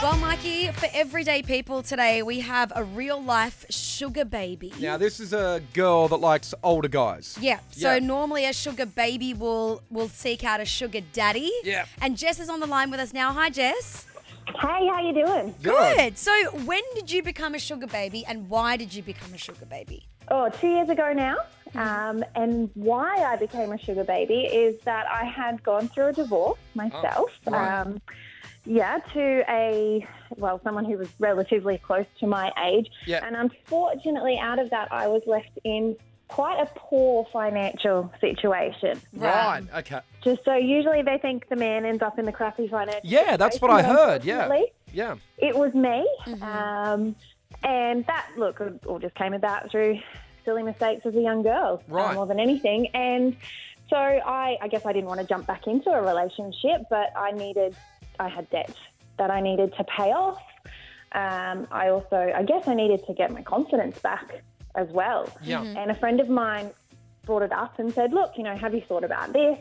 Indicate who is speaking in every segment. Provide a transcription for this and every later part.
Speaker 1: Well, Mikey, for everyday people today, we have a real life sugar baby.
Speaker 2: Now, this is a girl that likes older guys.
Speaker 1: Yeah. So
Speaker 2: Yeah.
Speaker 1: normally a sugar baby will will seek out a sugar daddy.
Speaker 2: Yeah.
Speaker 1: And Jess is on the line with us now. Hi, Jess.
Speaker 3: Hi, how you doing?
Speaker 1: Good. So when did you become a sugar baby, and why did you become a sugar baby?
Speaker 3: Oh, two years ago now.
Speaker 2: Mm-hmm.
Speaker 3: Um, and why I became a sugar baby is that I had gone through a divorce myself.
Speaker 2: Oh, right.
Speaker 3: um, yeah, to a, well, someone who was relatively close to my age.
Speaker 2: Yeah.
Speaker 3: And unfortunately, out of that, I was left in quite a poor financial situation.
Speaker 2: Right. Okay.
Speaker 3: Just so usually they think the man ends up in the crappy financial
Speaker 2: Yeah, that's what I
Speaker 3: situation,
Speaker 2: heard. Yeah.
Speaker 3: unfortunately.
Speaker 2: Yeah.
Speaker 3: it was me. Um, and that, look, it all just came about through silly mistakes as a young girl, uh,
Speaker 2: Right.
Speaker 3: more than anything. And so I, I guess I didn't want to jump back into a relationship, but I needed, I had debt that I needed to pay off. Um, I also, I guess I needed to get my confidence back as well.
Speaker 2: Yeah.
Speaker 3: And a friend of mine brought it up and said, look, you know, have you thought about this?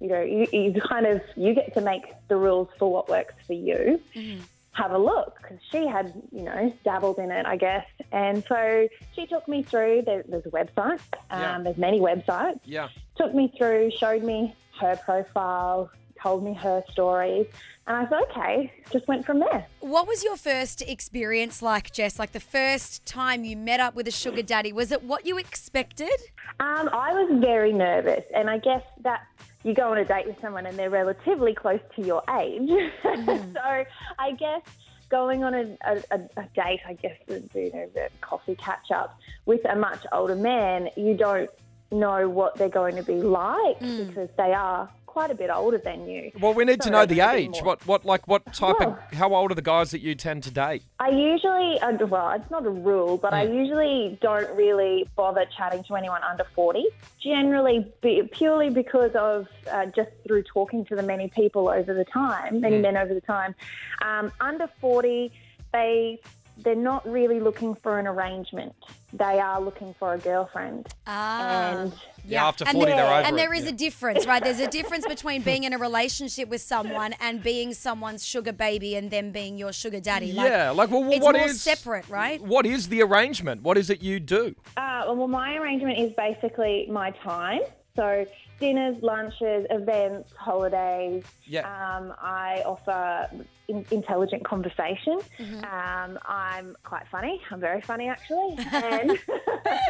Speaker 3: You know, you, you kind of, you get to make the rules for what works for you
Speaker 2: Mm-hmm.
Speaker 3: have a look 'cause she had, you know, dabbled in it, I guess. And so she took me through. There, there's a website. Um,
Speaker 2: Yeah.
Speaker 3: There's many websites.
Speaker 2: Yeah.
Speaker 3: Took me through, showed me her profile, told me her stories, and I thought, okay, just went from there.
Speaker 1: What was your first experience like, Jess? Like the first time you met up with a sugar daddy, was it what you expected?
Speaker 3: Um, I was very nervous, and I guess that you go on a date with someone and they're relatively close to your age. so I guess going on a, a, a a date, I guess, the- the, you know, the coffee catch up with a much older man, you don't know what they're going to be like because they are quite a bit older than you.
Speaker 2: Well, we need to
Speaker 3: So
Speaker 2: know the
Speaker 3: it's a bit
Speaker 2: age.
Speaker 3: more-
Speaker 2: What, what, like, what type of,
Speaker 3: Well-
Speaker 1: Oh.
Speaker 2: how old are the guys that you tend to date?
Speaker 3: I usually, uh, well, it's not a rule, but I usually don't really bother chatting to anyone under 40. Generally, be, purely because of uh, just through talking to the many people over the time, many men over the time. Um, under 40, they. They're not really looking for an arrangement. They are looking for a girlfriend.
Speaker 1: Ah.
Speaker 3: And
Speaker 2: Yeah, after
Speaker 1: And
Speaker 2: 40,
Speaker 1: there-
Speaker 2: they're over
Speaker 1: And
Speaker 2: it,
Speaker 1: there is a difference, right? There's a difference between being in a relationship with someone and being someone's sugar baby and them being your sugar daddy.
Speaker 2: yeah. Like, well,
Speaker 1: it's
Speaker 2: what
Speaker 1: more
Speaker 2: is-
Speaker 1: separate, right?
Speaker 2: What is the arrangement? What is it you do?
Speaker 3: Uh, well, my arrangement is basically my time. So dinners, lunches, events, holidays.
Speaker 2: Yeah.
Speaker 3: Um, I offer in- intelligent conversation. Um, I'm quite funny. I'm very funny, actually. And there's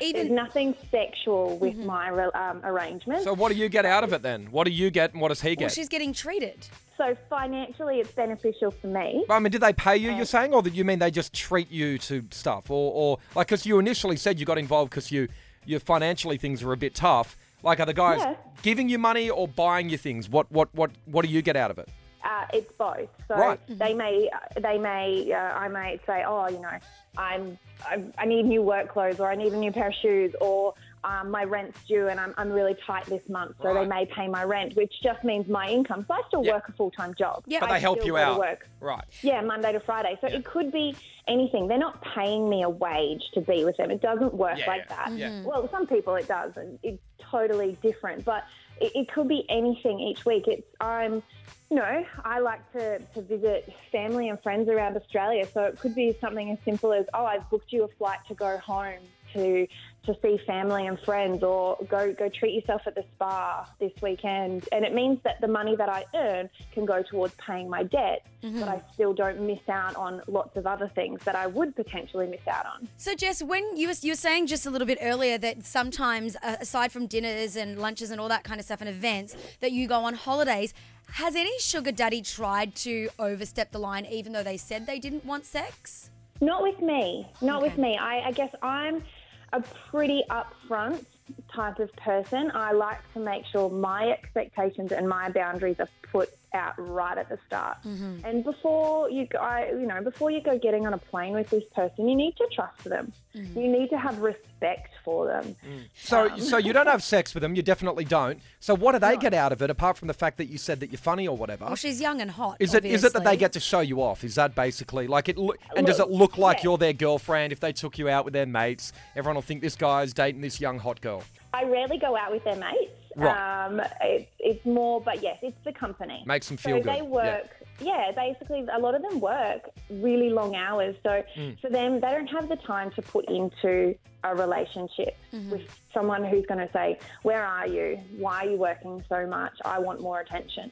Speaker 1: Even
Speaker 3: nothing sexual with my re- um, arrangement.
Speaker 2: So, what do you get out of it then? What do you get and what does he
Speaker 1: well,
Speaker 2: get?
Speaker 1: she's getting treated.
Speaker 3: so financially, it's beneficial for me.
Speaker 2: I mean, did they pay you, you're
Speaker 1: Oh.
Speaker 2: saying? Or did you mean they just treat you to stuff? Or, or like, because you initially said you got involved because you, you financially things are a bit tough. Like, are the guys
Speaker 3: Yeah.
Speaker 2: giving you money or buying you things? What, what, what, what do you get out of it?
Speaker 3: Uh, it's both. So
Speaker 2: Right.
Speaker 3: they may, they may, uh, I might say, oh, you know, I'm, I, I need new work clothes, or I need a new pair of shoes, or um, my rent's due, and I'm, I'm really tight this month, so
Speaker 2: Right.
Speaker 3: they may pay my rent, which just means my income. So I still
Speaker 2: Yeah.
Speaker 3: work a full time job.
Speaker 1: Yeah.
Speaker 2: But
Speaker 1: I
Speaker 2: they help
Speaker 3: still
Speaker 2: you
Speaker 3: go to
Speaker 2: out.
Speaker 3: work.
Speaker 2: Right.
Speaker 3: Yeah, Monday to Friday. So it could be anything. They're not paying me a wage to be with them. It doesn't work
Speaker 2: Yeah,
Speaker 3: like
Speaker 2: yeah,
Speaker 3: that.
Speaker 2: yeah. Mhm.
Speaker 3: Well, some people it does. and It's totally different, but it, it could be anything each week. It's I'm, you know, I like to, to visit family and friends around Australia. So it could be something as simple as, oh, I've booked you a flight to go home to to see family and friends, or go go treat yourself at the spa this weekend. And it means that the money that I earn can go towards paying my debt, but I still don't miss out on lots of other things that I would potentially miss out on.
Speaker 1: So, Jess, when you were, you were saying just a little bit earlier that sometimes, uh, aside from dinners and lunches and all that kind of stuff and events, that you go on holidays, has any sugar daddy tried to overstep the line even though they said they didn't want sex?
Speaker 3: Not with me. Not
Speaker 1: Okay.
Speaker 3: with me. I, I guess I'm a pretty upfront type of person. I like to make sure my expectations and my boundaries are put out right at the start. And before you, go, I, you know, before you go getting on a plane with this person, you need to trust them. You need to have respect for them.
Speaker 2: So, so you don't have sex with them. You definitely don't. So, what do they get out of it apart from the fact that you said that you're funny or whatever?
Speaker 1: Well, she's young and hot.
Speaker 2: Is it is it that they
Speaker 1: obviously.
Speaker 2: get to show you off? Is that basically like it? Lo- and does it look like
Speaker 3: yeah.
Speaker 2: you're their girlfriend? If they took you out with their mates, everyone will think this guy's dating this young hot girl.
Speaker 3: I rarely go out with their mates.
Speaker 2: Right.
Speaker 3: Um, it, it's more, but yes, it's the company.
Speaker 2: Makes them
Speaker 3: so
Speaker 2: feel good,
Speaker 3: They
Speaker 2: yeah.
Speaker 3: work, yeah. basically, a lot of them work really long hours. So
Speaker 2: Mm.
Speaker 3: for them, they don't have the time to put into a relationship with someone who's going to say, Where are you? Why are you working so much? I want more attention.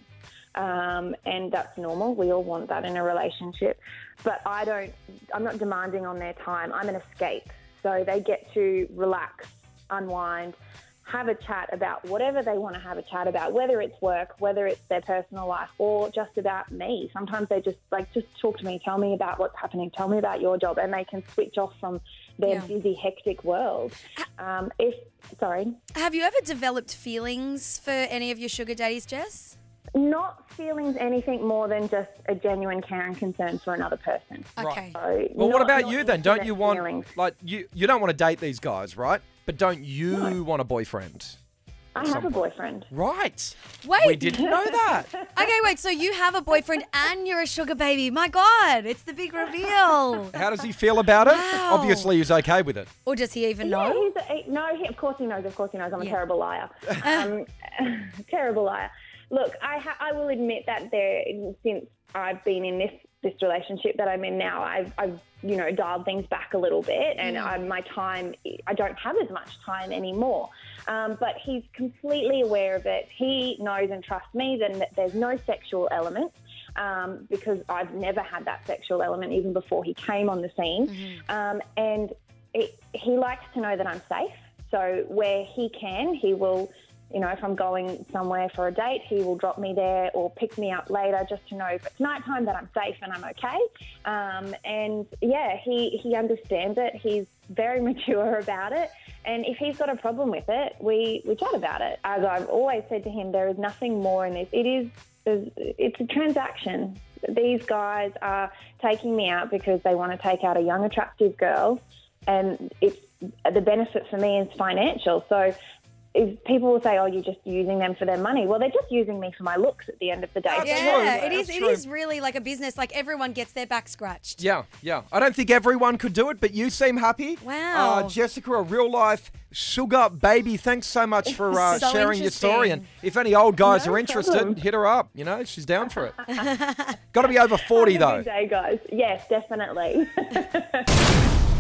Speaker 3: Um, and that's normal. We all want that in a relationship. But I don't, I'm not demanding on their time. I'm an escape. So they get to relax, unwind, have a chat about whatever they want to have a chat about, whether it's work, whether it's their personal life, or just about me. Sometimes they just like, just talk to me, tell me about what's happening, tell me about your job, and they can switch off from their
Speaker 1: Yeah.
Speaker 3: busy, hectic world. Um, if, sorry.
Speaker 1: Have you ever developed feelings for any of your sugar daddies, Jess?
Speaker 3: Not feelings anything more than just a genuine care and concern for another person.
Speaker 1: Okay.
Speaker 3: So
Speaker 2: Well, what
Speaker 3: not-
Speaker 2: about
Speaker 3: not
Speaker 2: you then?
Speaker 3: into
Speaker 2: Don't
Speaker 3: their
Speaker 2: you want
Speaker 3: feelings.
Speaker 2: like you you don't want to date these guys, right? But don't you want a boyfriend?
Speaker 3: I have a boyfriend.
Speaker 2: Right.
Speaker 1: Wait.
Speaker 2: We didn't know that.
Speaker 1: Okay, wait. So you have a boyfriend and you're a sugar baby. My God, it's the big reveal.
Speaker 2: How does he feel about it?
Speaker 1: Wow.
Speaker 2: Obviously, he's okay with it.
Speaker 1: Or does he even
Speaker 3: Yeah,
Speaker 1: know?
Speaker 3: he's a, he- no, he, of course he knows. Of course he knows. I'm
Speaker 1: Yeah.
Speaker 3: a terrible liar. Um, terrible liar. Look, I ha- I will admit that there since I've been in this this relationship that I'm in now, I've I've you know dialed things back a little bit, and
Speaker 1: Mm.
Speaker 3: I, my time I don't have as much time anymore. Um, but he's completely aware of it. He knows and trusts me then that there's no sexual element um, because I've never had that sexual element even before he came on the scene.
Speaker 1: Mm-hmm.
Speaker 3: Um, and it, he likes to know that I'm safe. So where he can, he will, you know, if I'm going somewhere for a date, he will drop me there or pick me up later just to know if it's nighttime that I'm safe and I'm okay. Um, and yeah, he, he understands it. He's very mature about it. And if he's got a problem with it, we, we chat about it. As I've always said to him, there is nothing more in this. It is there's- it's a transaction. These guys are taking me out because they want to take out a young, attractive girl, and it's the benefit for me is financial. So, if people will say, "Oh, you're just using them for their money," well, they're just using me for my looks at the end of the day.
Speaker 2: That's
Speaker 1: Yeah,
Speaker 2: true.
Speaker 1: it is.
Speaker 2: That's
Speaker 1: It
Speaker 2: true.
Speaker 1: is really like a business. Like everyone gets their back scratched.
Speaker 2: Yeah, yeah. I don't think everyone could do it, but you seem happy.
Speaker 1: Wow.
Speaker 2: Uh, Jessica, a real life sugar baby. Thanks so much for uh,
Speaker 1: So
Speaker 2: sharing your story. And
Speaker 1: interesting.
Speaker 2: if any old guys
Speaker 3: No
Speaker 2: are interested,
Speaker 3: problem.
Speaker 2: hit her up. You know, she's down for it. Got to be over 40,
Speaker 3: Have a
Speaker 2: though.
Speaker 3: good day, guys. Yes, definitely.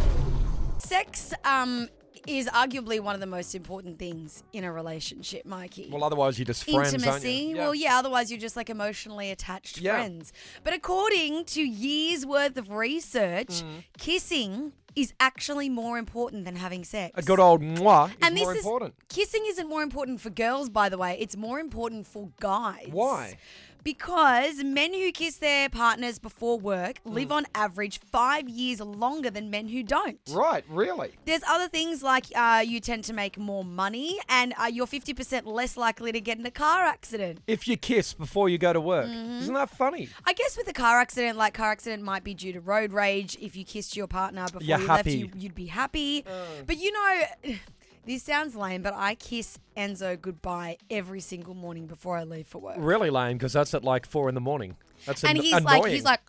Speaker 1: Sex um, is arguably one of the most important things in a relationship, Mikey.
Speaker 2: Well, otherwise, you're just friends, aren't you?
Speaker 1: Intimacy. Well, yeah, otherwise you're just like emotionally attached
Speaker 2: Yeah.
Speaker 1: friends. But according to years worth of research,
Speaker 2: Mm.
Speaker 1: kissing is actually more important than having sex.
Speaker 2: A good old mwah is
Speaker 1: and this
Speaker 2: more
Speaker 1: is
Speaker 2: important.
Speaker 1: kissing isn't more important for girls, by the way. It's more important for guys.
Speaker 2: Why?
Speaker 1: Because men who kiss their partners before work
Speaker 2: Mm.
Speaker 1: live on average five years longer than men who don't.
Speaker 2: Right, really.
Speaker 1: There's other things like uh, you tend to make more money and uh, you're 50% less likely to get in a car accident.
Speaker 2: If you kiss before you go to work,
Speaker 1: Mm-hmm.
Speaker 2: isn't that funny?
Speaker 1: I guess with a car accident, like car accident might be due to road rage. If you kissed your partner before
Speaker 2: You're
Speaker 1: you
Speaker 2: happy.
Speaker 1: left, you, you'd be happy. But you know, this sounds lame, but I kiss Enzo goodbye every single morning before I leave for work.
Speaker 2: Really lame, because that's at like four in the morning. That's
Speaker 1: And
Speaker 2: an-
Speaker 1: he's
Speaker 2: annoying.
Speaker 1: like, he's like,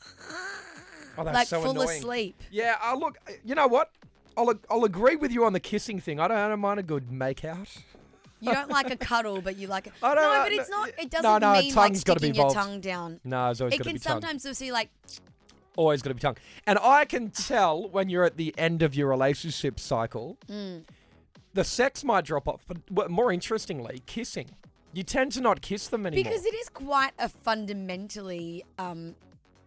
Speaker 2: Oh, that's
Speaker 1: like
Speaker 2: so
Speaker 1: full
Speaker 2: annoying.
Speaker 1: asleep.
Speaker 2: Yeah, I look. uh, You know what? I'll I'll agree with you on the kissing thing. I don't, I don't mind a good make out.
Speaker 1: You don't like a cuddle, but you like it.
Speaker 2: I
Speaker 1: No,
Speaker 2: don't know,
Speaker 1: but
Speaker 2: no,
Speaker 1: it's not.
Speaker 2: yeah.
Speaker 1: It
Speaker 2: No,
Speaker 1: doesn't
Speaker 2: no,
Speaker 1: mean like
Speaker 2: tongue's gotta be
Speaker 1: sticking your
Speaker 2: involved.
Speaker 1: tongue down.
Speaker 2: No, it's always
Speaker 1: It
Speaker 2: gotta
Speaker 1: can
Speaker 2: be tongue.
Speaker 1: sometimes just be like,
Speaker 2: Always got to be tongue. And I can tell when you're at the end of your relationship cycle,
Speaker 1: Mm.
Speaker 2: the sex might drop off. But w- more interestingly, kissing. You tend to not kiss them anymore.
Speaker 1: Because it is quite a fundamentally um,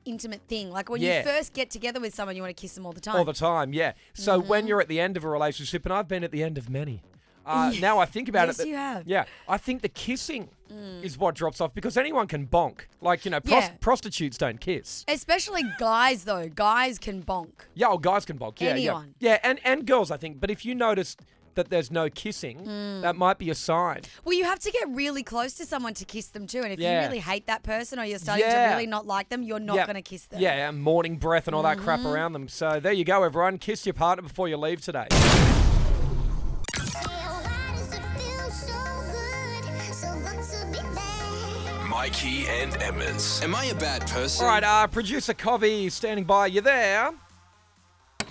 Speaker 1: intimate thing. Like when
Speaker 2: Yeah.
Speaker 1: you first get together with someone, you want to kiss them all the time.
Speaker 2: all the time. Yeah. So
Speaker 1: Mm-hmm.
Speaker 2: when you're at the end of a relationship, and I've been at the end of many. Uh, now I think about
Speaker 1: Yes,
Speaker 2: it. that-
Speaker 1: you have. Mm.
Speaker 2: Yeah, I think the kissing is what drops off because anyone can bonk. Like you know, pros-
Speaker 1: Yeah.
Speaker 2: prostitutes don't kiss.
Speaker 1: Especially guys, though. Guys can bonk.
Speaker 2: Yeah, oh, guys can bonk. Yeah,
Speaker 1: Anyone.
Speaker 2: yeah, yeah, and and girls, I think. But if you notice that there's no kissing,
Speaker 1: Mm.
Speaker 2: that might be a sign.
Speaker 1: Well, you have to get really close to someone to kiss them too. And if
Speaker 2: Yeah.
Speaker 1: you really hate that person or you're starting
Speaker 2: Yeah.
Speaker 1: to really not like them, you're not
Speaker 2: Yeah.
Speaker 1: going to kiss them. Mm-hmm.
Speaker 2: Yeah, and morning breath and all that crap around them. So there you go, everyone. Kiss your partner before you leave today.
Speaker 4: Mikey and Emmons. Am I a bad person?
Speaker 2: All right, uh, producer Covey standing by. You there?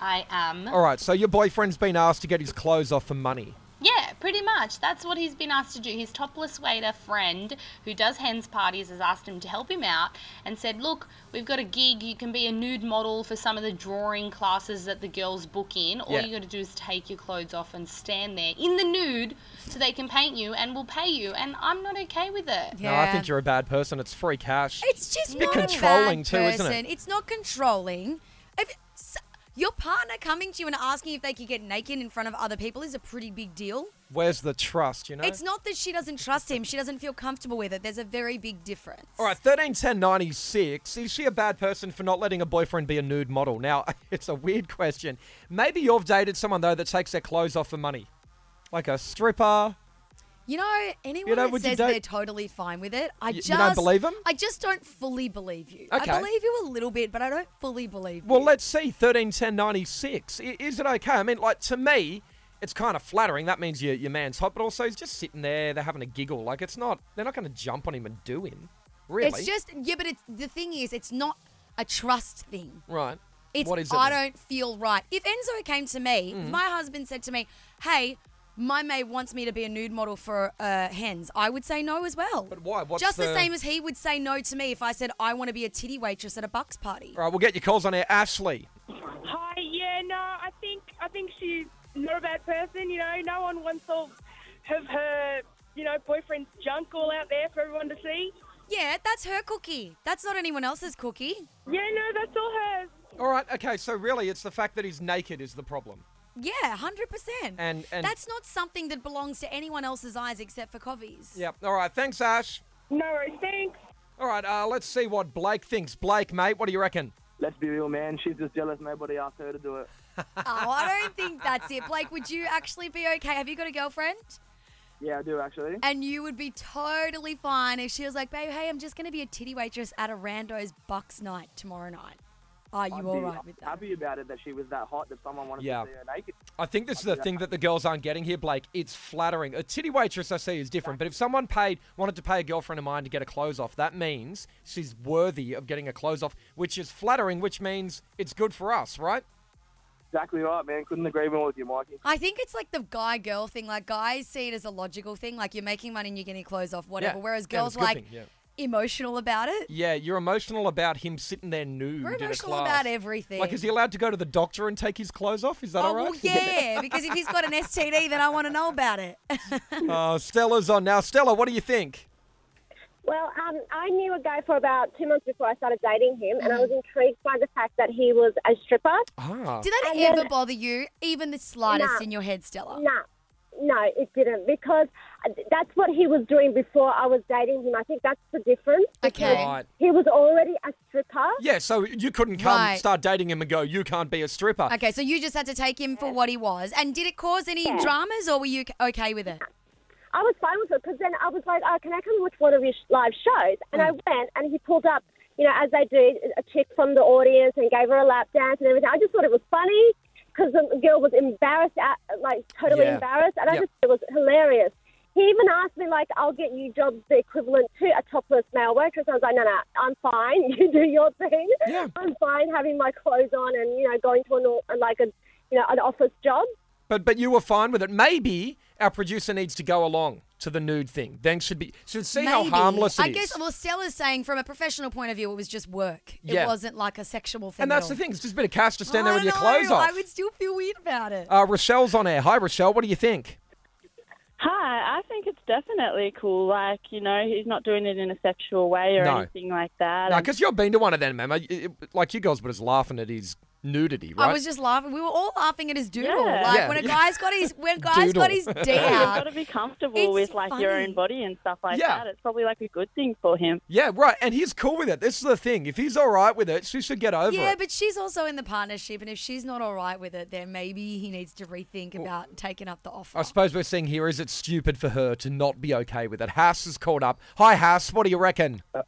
Speaker 5: I am.
Speaker 2: All right, so your boyfriend's been asked to get his clothes off for money.
Speaker 5: Yeah, pretty much. That's what he's been asked to do. His topless waiter friend, who does hens parties, has asked him to help him out and said, Look, we've got a gig. You can be a nude model for some of the drawing classes that the girls book in. All
Speaker 2: Yeah.
Speaker 5: you got to do is take your clothes off and stand there in the nude so they can paint you and we'll pay you. And I'm not okay with it.
Speaker 2: No, I think you're a bad person. It's free cash.
Speaker 1: It's just
Speaker 2: a bit
Speaker 1: not
Speaker 2: controlling
Speaker 1: a bad
Speaker 2: too,
Speaker 1: person.
Speaker 2: isn't it?
Speaker 1: It's not controlling. If s- your partner coming to you and asking if they could get naked in front of other people is a pretty big deal.
Speaker 2: Where's the trust, you know?
Speaker 1: It's not that she doesn't trust him; she doesn't feel comfortable with it. There's a very big difference.
Speaker 2: All right, 13, 10, 96. Is she a bad person for not letting a boyfriend be a nude model? Now, it's a weird question. Maybe you've dated someone, though, that takes their clothes off for money. Like a stripper.
Speaker 1: You know, anyone
Speaker 2: know,
Speaker 1: that
Speaker 2: would you
Speaker 1: says
Speaker 2: date-
Speaker 1: they're totally fine with it, I
Speaker 2: you
Speaker 1: just
Speaker 2: don't believe 'em?
Speaker 1: I just don't fully believe you.
Speaker 2: Okay.
Speaker 1: I believe you a little bit, but I don't fully believe.
Speaker 2: Well,
Speaker 1: you.
Speaker 2: let's see, 13, 10, 96. I- Is it okay? I mean, like, to me, it's kind of flattering. That means your, your man's hot, but also he's just sitting there, they're having a giggle. Like, it's not, they're not going to jump on him and do him. Really?
Speaker 1: It's just yeah, but it's the thing is, it's not a trust thing.
Speaker 2: Right.
Speaker 1: It's
Speaker 2: what is it?
Speaker 1: I
Speaker 2: then? Mm.
Speaker 1: don't feel right. If Enzo came to me, if my husband said to me, "Hey, my maid wants me to be a nude model for uh, hens," I would say no as well.
Speaker 2: But why? What's
Speaker 1: Just the...
Speaker 2: the-
Speaker 1: same as he would say no to me if I said I want to be a titty waitress at a bucks party.
Speaker 2: All right, we'll get your calls on air. Ashley.
Speaker 6: Hi, yeah, no, I think I think she's not a bad person. You know, no one wants to have her, you know, boyfriend's junk all out there for everyone to see.
Speaker 1: Yeah, that's her cookie. That's not anyone else's cookie.
Speaker 6: Yeah, no, that's all hers.
Speaker 2: All right, okay, so really, it's the fact that he's naked is the problem.
Speaker 1: Yeah, hundred percent.
Speaker 2: And- and-
Speaker 1: that's not something that belongs to anyone else's eyes except for Covey's.
Speaker 2: Yep. All right. Thanks, Ash.
Speaker 6: No worries, thanks.
Speaker 2: All right. Uh, let's see what Blake thinks. Blake, mate, what do you reckon?
Speaker 7: Let's be real, man. She's just jealous nobody asked her to do it.
Speaker 1: Oh, I don't think that's it. Blake, would you actually be okay? Have you got a girlfriend?
Speaker 7: Yeah, I do actually.
Speaker 1: And you would be totally fine if she was like, babe, hey, I'm just going to be a titty waitress at a rando's bucks night tomorrow night. Are you
Speaker 7: I'd
Speaker 1: all
Speaker 7: be
Speaker 1: right with that?
Speaker 7: Happy about it that she was that hot that someone wanted
Speaker 2: Yeah.
Speaker 7: to see her naked.
Speaker 2: I think this is the thing that the girls aren't getting here, Blake. It's flattering. A titty waitress, I see, is different. But if someone paid, wanted to pay a girlfriend of mine to get a clothes off, that means she's worthy of getting a clothes off, which is flattering, which means it's good for us, right?
Speaker 7: Exactly right, man. Couldn't agree more with you, Mikey.
Speaker 1: I think it's like the guy girl thing. Like guys see it as a logical thing, like you're making money and you're getting clothes off, whatever.
Speaker 2: Yeah.
Speaker 1: Whereas
Speaker 2: Yeah,
Speaker 1: girls
Speaker 2: it's a
Speaker 1: are
Speaker 2: good
Speaker 1: like
Speaker 2: thing, yeah.
Speaker 1: emotional about it.
Speaker 2: Yeah, you're emotional about him sitting there nude.
Speaker 1: We're
Speaker 2: in a
Speaker 1: emotional
Speaker 2: class.
Speaker 1: about everything.
Speaker 2: Like, is he allowed to go to the doctor and take his clothes off? Is that
Speaker 1: Oh
Speaker 2: all right?
Speaker 1: well, yeah, because if he's got an STD, then I want to know about it.
Speaker 2: Uh, Stella's on now. Stella, what do you think?
Speaker 8: Well, um, I knew a guy for about two months before I started dating him, and I was intrigued by the fact that he was a stripper.
Speaker 2: Ah.
Speaker 1: Did that
Speaker 8: And then-
Speaker 1: ever bother you, even the slightest,
Speaker 8: Nah.
Speaker 1: in your head, Stella?
Speaker 8: No, no, it didn't because that's what he was doing before I was dating him. I think that's the difference. because
Speaker 1: Okay.
Speaker 2: Right.
Speaker 8: He was already a stripper.
Speaker 2: Yeah, so you couldn't come
Speaker 1: Right.
Speaker 2: start dating him and go, you can't be a stripper.
Speaker 1: Okay, so you just had to take him for what he was. And did it cause any dramas, or were you c- okay with it?
Speaker 8: I was fine with it because then I was like, oh, can I come and watch one of your sh- live shows? And I went, and he pulled up, you know, as they do, a chick from the audience and gave her a lap dance and everything. I just thought it was funny because the girl was embarrassed, at, like totally
Speaker 2: Yeah.
Speaker 8: embarrassed, and I
Speaker 2: Yep.
Speaker 8: just it was hilarious. He even asked me, like, I'll get you jobs the equivalent to a topless male waitress. I was like, no, no, I'm fine. You do your thing.
Speaker 2: Yeah.
Speaker 8: I'm fine having my clothes on and, you know, going to an, au- like a, you know, an office job.
Speaker 2: But but you were fine with it. Maybe our producer needs to go along to the nude thing. Then should be should see how harmless it is.
Speaker 1: I guess, well, Stella's saying from a professional point of view, it was just work.
Speaker 2: Yeah.
Speaker 1: It wasn't like a sexual thing.
Speaker 2: and
Speaker 1: at
Speaker 2: that's the
Speaker 1: all.
Speaker 2: thing. It's just a bit of cash to stand
Speaker 1: I
Speaker 2: there with your
Speaker 1: know,
Speaker 2: clothes off.
Speaker 1: I would still feel weird about it.
Speaker 2: Uh, Rochelle's on air. Hi, Rochelle. What do you think?
Speaker 6: Hi, I think it's definitely cool. Like, you know, he's not doing it in a sexual way or
Speaker 2: No.
Speaker 6: anything like that.
Speaker 2: No,
Speaker 6: And-
Speaker 2: because you've been to one of them, man. Like you guys were just laughing at his nudity, right?
Speaker 1: I was just laughing. We were all laughing at his doodle.
Speaker 9: Yeah.
Speaker 1: Like
Speaker 2: Yeah.
Speaker 1: when a guy's got his when guy's
Speaker 2: Doodle.
Speaker 1: got his
Speaker 9: Yeah,
Speaker 1: D
Speaker 9: You've got
Speaker 1: out.
Speaker 9: to be comfortable with
Speaker 1: It's
Speaker 9: like your
Speaker 1: funny.
Speaker 9: own body and stuff like
Speaker 2: Yeah.
Speaker 9: that. It's probably like a good thing for him.
Speaker 2: yeah, right. And he's cool with it. This is the thing. If he's all right with it, she should get over
Speaker 1: Yeah,
Speaker 2: it.
Speaker 1: but she's also in the partnership, and if she's not all right with it, then maybe he needs to rethink about taking up the offer.
Speaker 2: I suppose we're seeing here is it stupid for her to not be okay with it? Haas is called up. Hi, Haas. What do you reckon?
Speaker 10: Uh,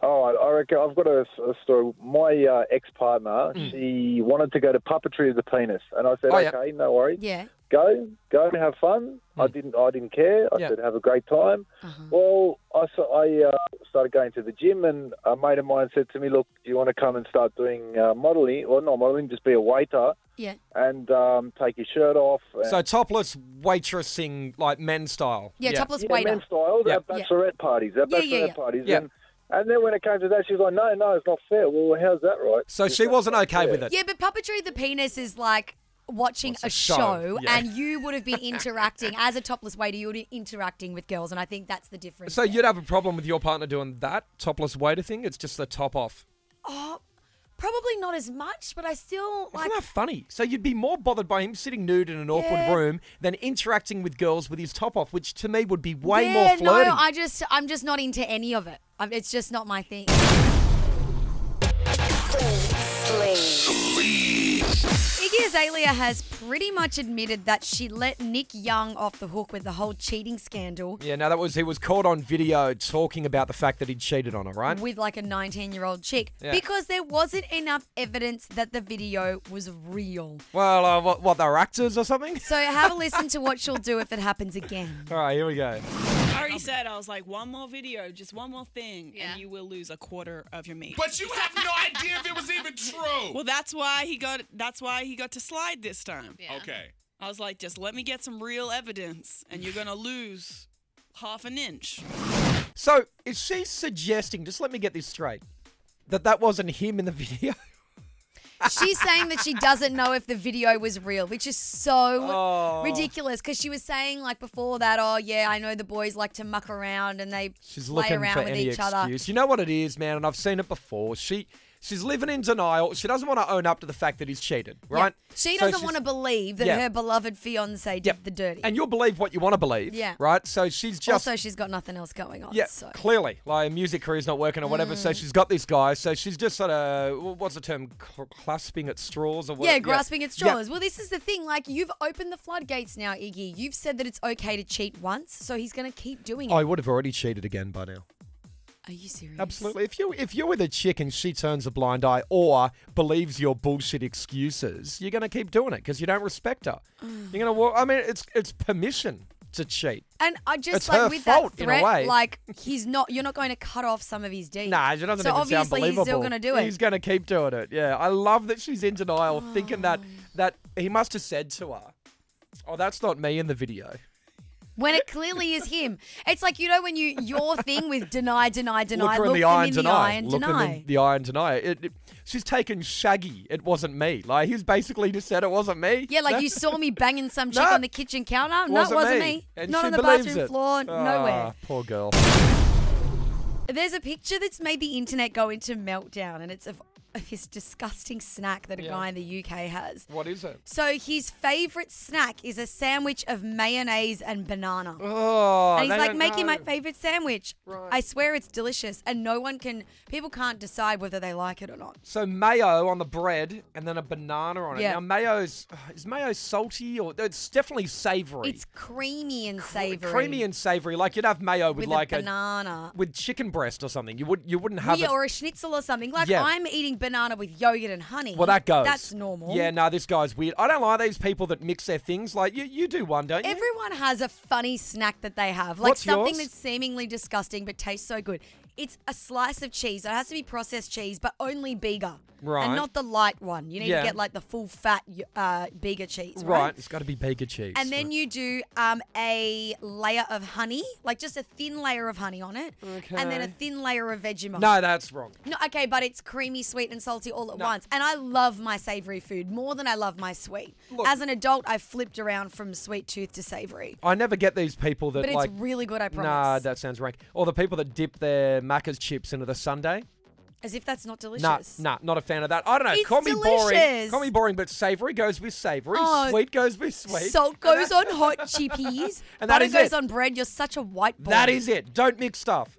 Speaker 10: All right, I reckon I've got a, a story. My uh, ex partner, she wanted to go to puppetry of the penis, and I said,
Speaker 2: Mm. Oh, yeah.
Speaker 10: "Okay, no worries,
Speaker 1: yeah.
Speaker 10: go, go and have fun." I didn't, I didn't care. I
Speaker 2: Yeah.
Speaker 10: said, "Have a great time."
Speaker 1: Uh-huh.
Speaker 10: Well, I, sa- I uh, started going to the gym, and a mate of mine said to me, "Look, do you want to come and start doing uh, modelling, or not modelling, just be a waiter
Speaker 1: Yeah.
Speaker 10: and um, take your shirt off?" and-
Speaker 2: So topless waitressing, like men style.
Speaker 1: Yeah, topless
Speaker 10: yeah,
Speaker 1: waiter.
Speaker 10: men's style,
Speaker 2: Yeah.
Speaker 10: at bachelorette parties, at
Speaker 1: Yeah,
Speaker 10: bachelorette
Speaker 1: yeah, yeah.
Speaker 10: parties,
Speaker 2: Yeah.
Speaker 10: and and then when it came to that, she was like, "No, no, it's not fair." Well, how's that right?
Speaker 2: So she wasn't okay with it.
Speaker 1: Yeah, but puppetry of the penis is like watching
Speaker 2: What's
Speaker 1: a,
Speaker 2: a
Speaker 1: show,
Speaker 2: show? Yeah.
Speaker 1: and you would have been interacting as a topless waiter. You would be interacting with girls, and I think that's the difference.
Speaker 2: So
Speaker 1: there.
Speaker 2: you'd have a problem with your partner doing that topless waiter thing? It's just the top off.
Speaker 1: Oh, probably not as much, but I still like.
Speaker 2: Isn't that funny? So you'd be more bothered by him sitting nude in an
Speaker 1: Yeah.
Speaker 2: awkward room than interacting with girls with his top off, which to me would be way
Speaker 1: yeah,
Speaker 2: more flirty.
Speaker 1: no, I just I'm just not into any of it. i it's just not my thing. Iggy Azalea has pretty much admitted that she let Nick Young off the hook with the whole cheating scandal
Speaker 2: Yeah, now that was he was caught on video talking about the fact that he'd cheated on her, right?
Speaker 1: with like a 19 year old chick
Speaker 2: Yeah.
Speaker 1: because there wasn't enough evidence that the video was real.
Speaker 2: Well, uh, what, what, they're actors or something?
Speaker 1: So have a listen to what she'll do if it happens again.
Speaker 2: All right, here we go.
Speaker 11: I already said I was like one more video, just one more thing, and you will lose a quarter of your meat.
Speaker 12: But you have no idea if it was even true.
Speaker 11: well, that's why he got. That's why he got to slide this time.
Speaker 12: Okay.
Speaker 11: I was like, just let me get some real evidence, and you're gonna lose half an inch.
Speaker 2: So is she suggesting? Just let me get this straight. That that wasn't him in the video.
Speaker 1: She's saying that she doesn't know if the video was real, which is so
Speaker 2: Oh.
Speaker 1: ridiculous because she was saying like before that, oh yeah, I know the boys like to muck around and they
Speaker 2: She's
Speaker 1: play
Speaker 2: looking
Speaker 1: around
Speaker 2: for
Speaker 1: with
Speaker 2: any
Speaker 1: each
Speaker 2: excuse.
Speaker 1: other.
Speaker 2: You know what it is, man, and I've seen it before. She she's living in denial. She doesn't want to own up to the fact that he's cheated, right?
Speaker 1: She
Speaker 2: So
Speaker 1: doesn't
Speaker 2: she's-
Speaker 1: want to believe that
Speaker 2: Yeah.
Speaker 1: her beloved fiance did the dirty.
Speaker 2: And you'll believe what you want to believe,
Speaker 1: Yeah.
Speaker 2: right? So she's just
Speaker 1: also, she's got nothing else going on.
Speaker 2: yeah,
Speaker 1: So. Mm.
Speaker 2: clearly, like her music career's not working or whatever. So she's got this guy. So she's just sort of what's the term, Cl- clasping at straws or what?
Speaker 1: Yeah, grasping at
Speaker 2: Yeah.
Speaker 1: straws. Well, this is the thing. Like, you've opened the floodgates now, Iggy. You've said that it's okay to cheat once, so he's going to keep doing it.
Speaker 2: I would have already cheated again by now.
Speaker 1: Are you serious?
Speaker 2: Absolutely. If you if you're with a chick and she turns a blind eye or believes your bullshit excuses, you're gonna keep doing it because you don't respect her.
Speaker 1: Mm.
Speaker 2: You're gonna. Well, I mean, it's it's permission to cheat.
Speaker 1: And I just
Speaker 2: It's
Speaker 1: like
Speaker 2: her
Speaker 1: with
Speaker 2: fault,
Speaker 1: that
Speaker 2: in a
Speaker 1: threat,
Speaker 2: way.
Speaker 1: like he's not. You're not going to cut off some of his deeds.
Speaker 2: Nah, it doesn't
Speaker 1: so
Speaker 2: even sound
Speaker 1: obviously
Speaker 2: believable.
Speaker 1: he's still going to do it. Oh.
Speaker 2: He's gonna keep doing it. Yeah, I love that she's in denial, thinking that that he must have said to her, "Oh, that's not me in the video."
Speaker 1: when it clearly is him. It's like you know when you your thing with deny, deny, deny.
Speaker 2: look her in the
Speaker 1: them
Speaker 2: eye and
Speaker 1: in the
Speaker 2: deny.
Speaker 1: eye and
Speaker 2: look
Speaker 1: deny.
Speaker 2: her in the eye and deny. It, it, she's taken Shaggy. It wasn't me. Like he's basically just said it wasn't me.
Speaker 1: yeah, like
Speaker 2: That's-
Speaker 1: you saw me banging some chick
Speaker 2: No.
Speaker 1: on the kitchen counter. No, it wasn't me.
Speaker 2: And
Speaker 1: Not
Speaker 2: she
Speaker 1: on the
Speaker 2: believes
Speaker 1: bathroom
Speaker 2: it.
Speaker 1: floor. Nowhere.
Speaker 2: Ah, Poor girl.
Speaker 1: There's a picture that's made the internet go into meltdown, and it's of, of this disgusting snack that a
Speaker 2: Yeah.
Speaker 1: guy in the UK has.
Speaker 2: What is it?
Speaker 1: So his favourite snack is a sandwich of mayonnaise and banana.
Speaker 2: Oh,
Speaker 1: and he's
Speaker 2: they
Speaker 1: like
Speaker 2: don't
Speaker 1: making my
Speaker 2: know.
Speaker 1: favourite sandwich.
Speaker 2: Right.
Speaker 1: I swear it's delicious, and no one can, people can't decide whether they like it or not.
Speaker 2: So mayo on the bread and then a banana on it.
Speaker 1: Yeah.
Speaker 2: Now mayo's is mayo salty or it's definitely savoury.
Speaker 1: It's creamy and
Speaker 2: Cre-
Speaker 1: savoury.
Speaker 2: creamy and savoury. Like you'd have mayo with,
Speaker 1: with
Speaker 2: like
Speaker 1: a banana.
Speaker 2: with chicken breast or something. You would you wouldn't have
Speaker 1: Yeah,
Speaker 2: it.
Speaker 1: or a schnitzel or something. Like
Speaker 2: Yeah.
Speaker 1: I'm eating banana with yogurt and honey.
Speaker 2: well, that goes.
Speaker 1: That's normal.
Speaker 2: Yeah, no, this guy's weird. I don't like these people that mix their things. Like you, you do one, don't you?
Speaker 1: Everyone has a funny snack that they have, like
Speaker 2: What's
Speaker 1: something
Speaker 2: yours?
Speaker 1: that's seemingly disgusting but tastes so good. It's a slice of cheese. It has to be processed cheese, but only bigger,
Speaker 2: Right.
Speaker 1: And not the light one. You need
Speaker 2: Yeah.
Speaker 1: to get like the full fat y- uh, bigger cheese,
Speaker 2: right.
Speaker 1: right?
Speaker 2: It's got to be bacon cheese.
Speaker 1: And then you do um, a layer of honey, like just a thin layer of honey on it, and then a
Speaker 2: Okay.
Speaker 1: thin layer of Vegemite.
Speaker 2: no, that's wrong.
Speaker 1: No, okay, but it's creamy, sweet, and salty all at
Speaker 2: No.
Speaker 1: once. And I love my savory food more than I love my sweet.
Speaker 2: Look-
Speaker 1: As an adult, I flipped around from sweet tooth to savory.
Speaker 2: I never get these people that
Speaker 1: But it's
Speaker 2: like
Speaker 1: really good, I
Speaker 2: Nah,
Speaker 1: promise.
Speaker 2: that sounds rank. Or the people that dip their Macca's chips into the Sunday.
Speaker 1: As if that's not delicious.
Speaker 2: Nah, nah, not a fan of that. I don't know.
Speaker 1: It's
Speaker 2: call me boring.
Speaker 1: delicious.
Speaker 2: Call me boring, but savory goes with savory.
Speaker 1: Oh,
Speaker 2: sweet goes with sweet.
Speaker 1: Salt goes on hot chippies.
Speaker 2: And that
Speaker 1: butter
Speaker 2: is
Speaker 1: goes
Speaker 2: it.
Speaker 1: on bread. You're such a white boy.
Speaker 2: That is it. Don't mix stuff.